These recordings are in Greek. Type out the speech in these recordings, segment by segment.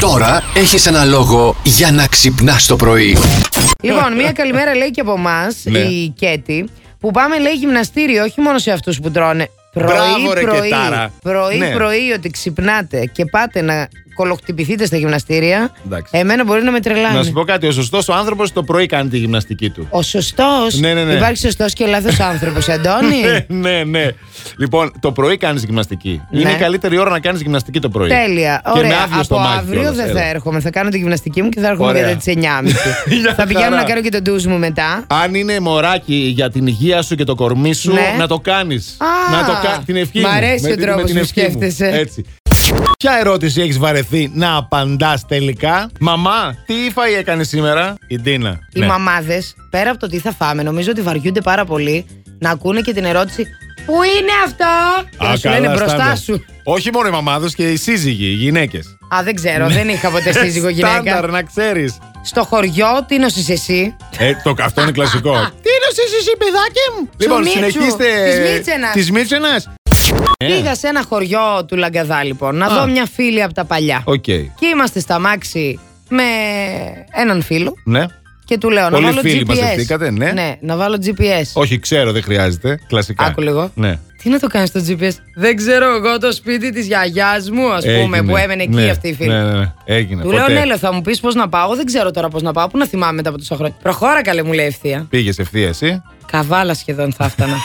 Τώρα έχεις ένα λόγο για να ξυπνάς το πρωί. Λοιπόν, μία καλημέρα λέει και από εμάς Ναι. η Κέτη που πάμε λέει γυμναστήριο, όχι μόνο σε αυτούς που τρώνε. Πρωί, Μπράβο, ρε, πρωί, Κετάρα. πρωί, Ναι. πρωί, ότι ξυπνάτε και πάτε να κολοκτυπηθείτε στα γυμναστήρια. Εντάξει. Εμένα μπορεί να με τρελάνε. Να σου πω κάτι. Ο σωστός ο άνθρωπος το πρωί κάνει τη γυμναστική του. Ο σωστός. Ναι, ναι, ναι. Υπάρχει σωστός και λάθος άνθρωπος, Αντώνη. Ναι, ναι, ναι. Λοιπόν, το πρωί κάνεις γυμναστική. Είναι Ναι. η καλύτερη ώρα να κάνεις γυμναστική το πρωί. Τέλεια. Και Ωραία. με άδειο Από στο μάτι αύριο κιόλας, δεν έλα. θα έρχομαι. Θα κάνω τη γυμναστική μου και θα έρχομαι Ωραία. για τι 9.30. Γεια θα πηγαίνω χαρά. να κάνω και τον ντουζ μου μετά. Αν είναι μωράκι για την υγεία σου και το κορμί σου, Ναι. να το κάνεις. Α, Να το κα... την ευχή μ' μου. αρέσει Με ο την- με τρόπος την που ευχή μου. σκέφτεσαι. Έτσι. Ποια ερώτηση έχεις βαρεθεί να απαντάς τελικά. Μαμά, τι φαΐ έκανες σήμερα, η Ντίνα. Οι Ναι. μαμάδες, πέρα από το τι θα φάμε, νομίζω ότι βαριούνται πάρα πολύ να ακούνε και την ερώτηση Πού είναι αυτό! Και να Α, σου καλά, λένε μπροστά στάνταρ. σου. Όχι μόνο οι μαμάδες και οι σύζυγοι, οι γυναίκες. Α, δεν ξέρω, δεν είχα ποτέ σύζυγο Ναι. Στάνταρ, γυναίκα. να ξέρεις. Στο χωριό, τι νοσείς εσύ. Ε, το αυτό είναι κλασικό. Τι είναι εσύ, παιδάκι μου! Λοιπόν, Τσουμίτσου, συνεχίστε. της Μίτσενας. Της Μίτσενας. Ε. Πήγα σε ένα χωριό του Λαγκαδά, λοιπόν, να Ναι. Α. δω μια φίλη από τα παλιά. Οκ. Και είμαστε στα μάξι με έναν φίλο Ναι. και του λέω Πολλοί να βάλω φίλοι GPS. μαζευτήκατε, ναι. να βάλω GPS. Όχι, ξέρω, δεν χρειάζεται. Κλασικά. Άκου λίγο. Ναι. Τι να το κάνεις στο GPS. Δεν ξέρω εγώ το σπίτι της γιαγιάς μου, ας πούμε, Έγινε. που έμενε εκεί Ναι, αυτή η φίλη. Ναι, ναι, ναι. Έγινε. Του λέω, ποτέ. Νέλο, θα μου πεις πώς να πάω. Δεν ξέρω τώρα πώς να πάω. Πού να θυμάμαι μετά από τόσα χρόνια. Προχώρα, καλέ μου λέει ευθεία. Πήγες ευθεία εσύ. Καβάλα σχεδόν θα έφτανα.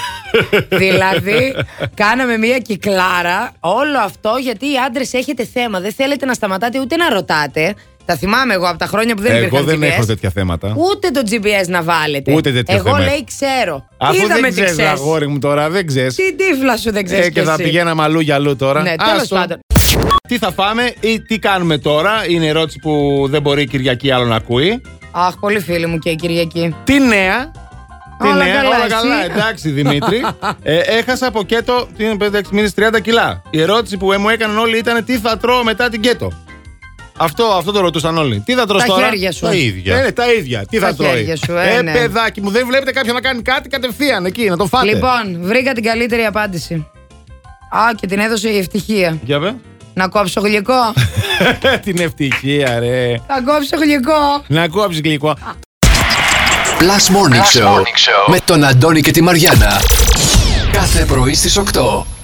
δηλαδή, κάναμε μία κυκλάρα. Όλο αυτό γιατί οι άντρες έχετε θέμα. Δεν θέλετε να σταματάτε ούτε να ρωτάτε. Τα θυμάμαι εγώ από τα χρόνια που δεν Εγώ υπήρχαν δεν GPS. έχω τέτοια θέματα. Ούτε το GPS να βάλετε. Ούτε τέτοιο Εγώ θέμα λέει έχω. ξέρω. Αφού Είδαμε δεν τι ξέρεις, ξέρεις. αγόρι μου τώρα, δεν ξέρεις. Τι τύφλα σου δεν ξέρεις. Ε, και θα πηγαίναμε αλλού για αλλού τώρα. Ναι, τέλος Άστο. πάντων. Τι θα φάμε ή τι κάνουμε τώρα, είναι ερώτηση που δεν μπορεί η Κυριακή άλλο να ακούει. Αχ, πολύ φίλοι μου και η Κυριακή. Τι νέα. Τι Όλα νέα, καλά, όλα εσύ. καλά. Εντάξει, Δημήτρη. ε, έχασα από κέτο την 5-6 μήνε 30 κιλά. Η ερώτηση που μου έκαναν όλοι ήταν τι θα τρώω μετά την κέτο. Αυτό, αυτό το ρωτούσαν όλοι. Τι θα τρως Τα τώρα. χέρια σου. Τα ίδια. Ε, ναι, τα ίδια. Τι Τα θα τρώει. χέρια σου, ε, ναι. παιδάκι μου, δεν βλέπετε κάποιον να κάνει κάτι κατευθείαν εκεί, να τον φάτε. Λοιπόν, βρήκα την καλύτερη απάντηση. Α, και την έδωσε η ευτυχία. Για πες. Να κόψω γλυκό. την ευτυχία, ρε. Θα κόψω γλυκό. Να κόψεις γλυκό. Plus Morning, Show, με τον Αντώνη και τη Μαριάνα. Κάθε πρωί στις 8.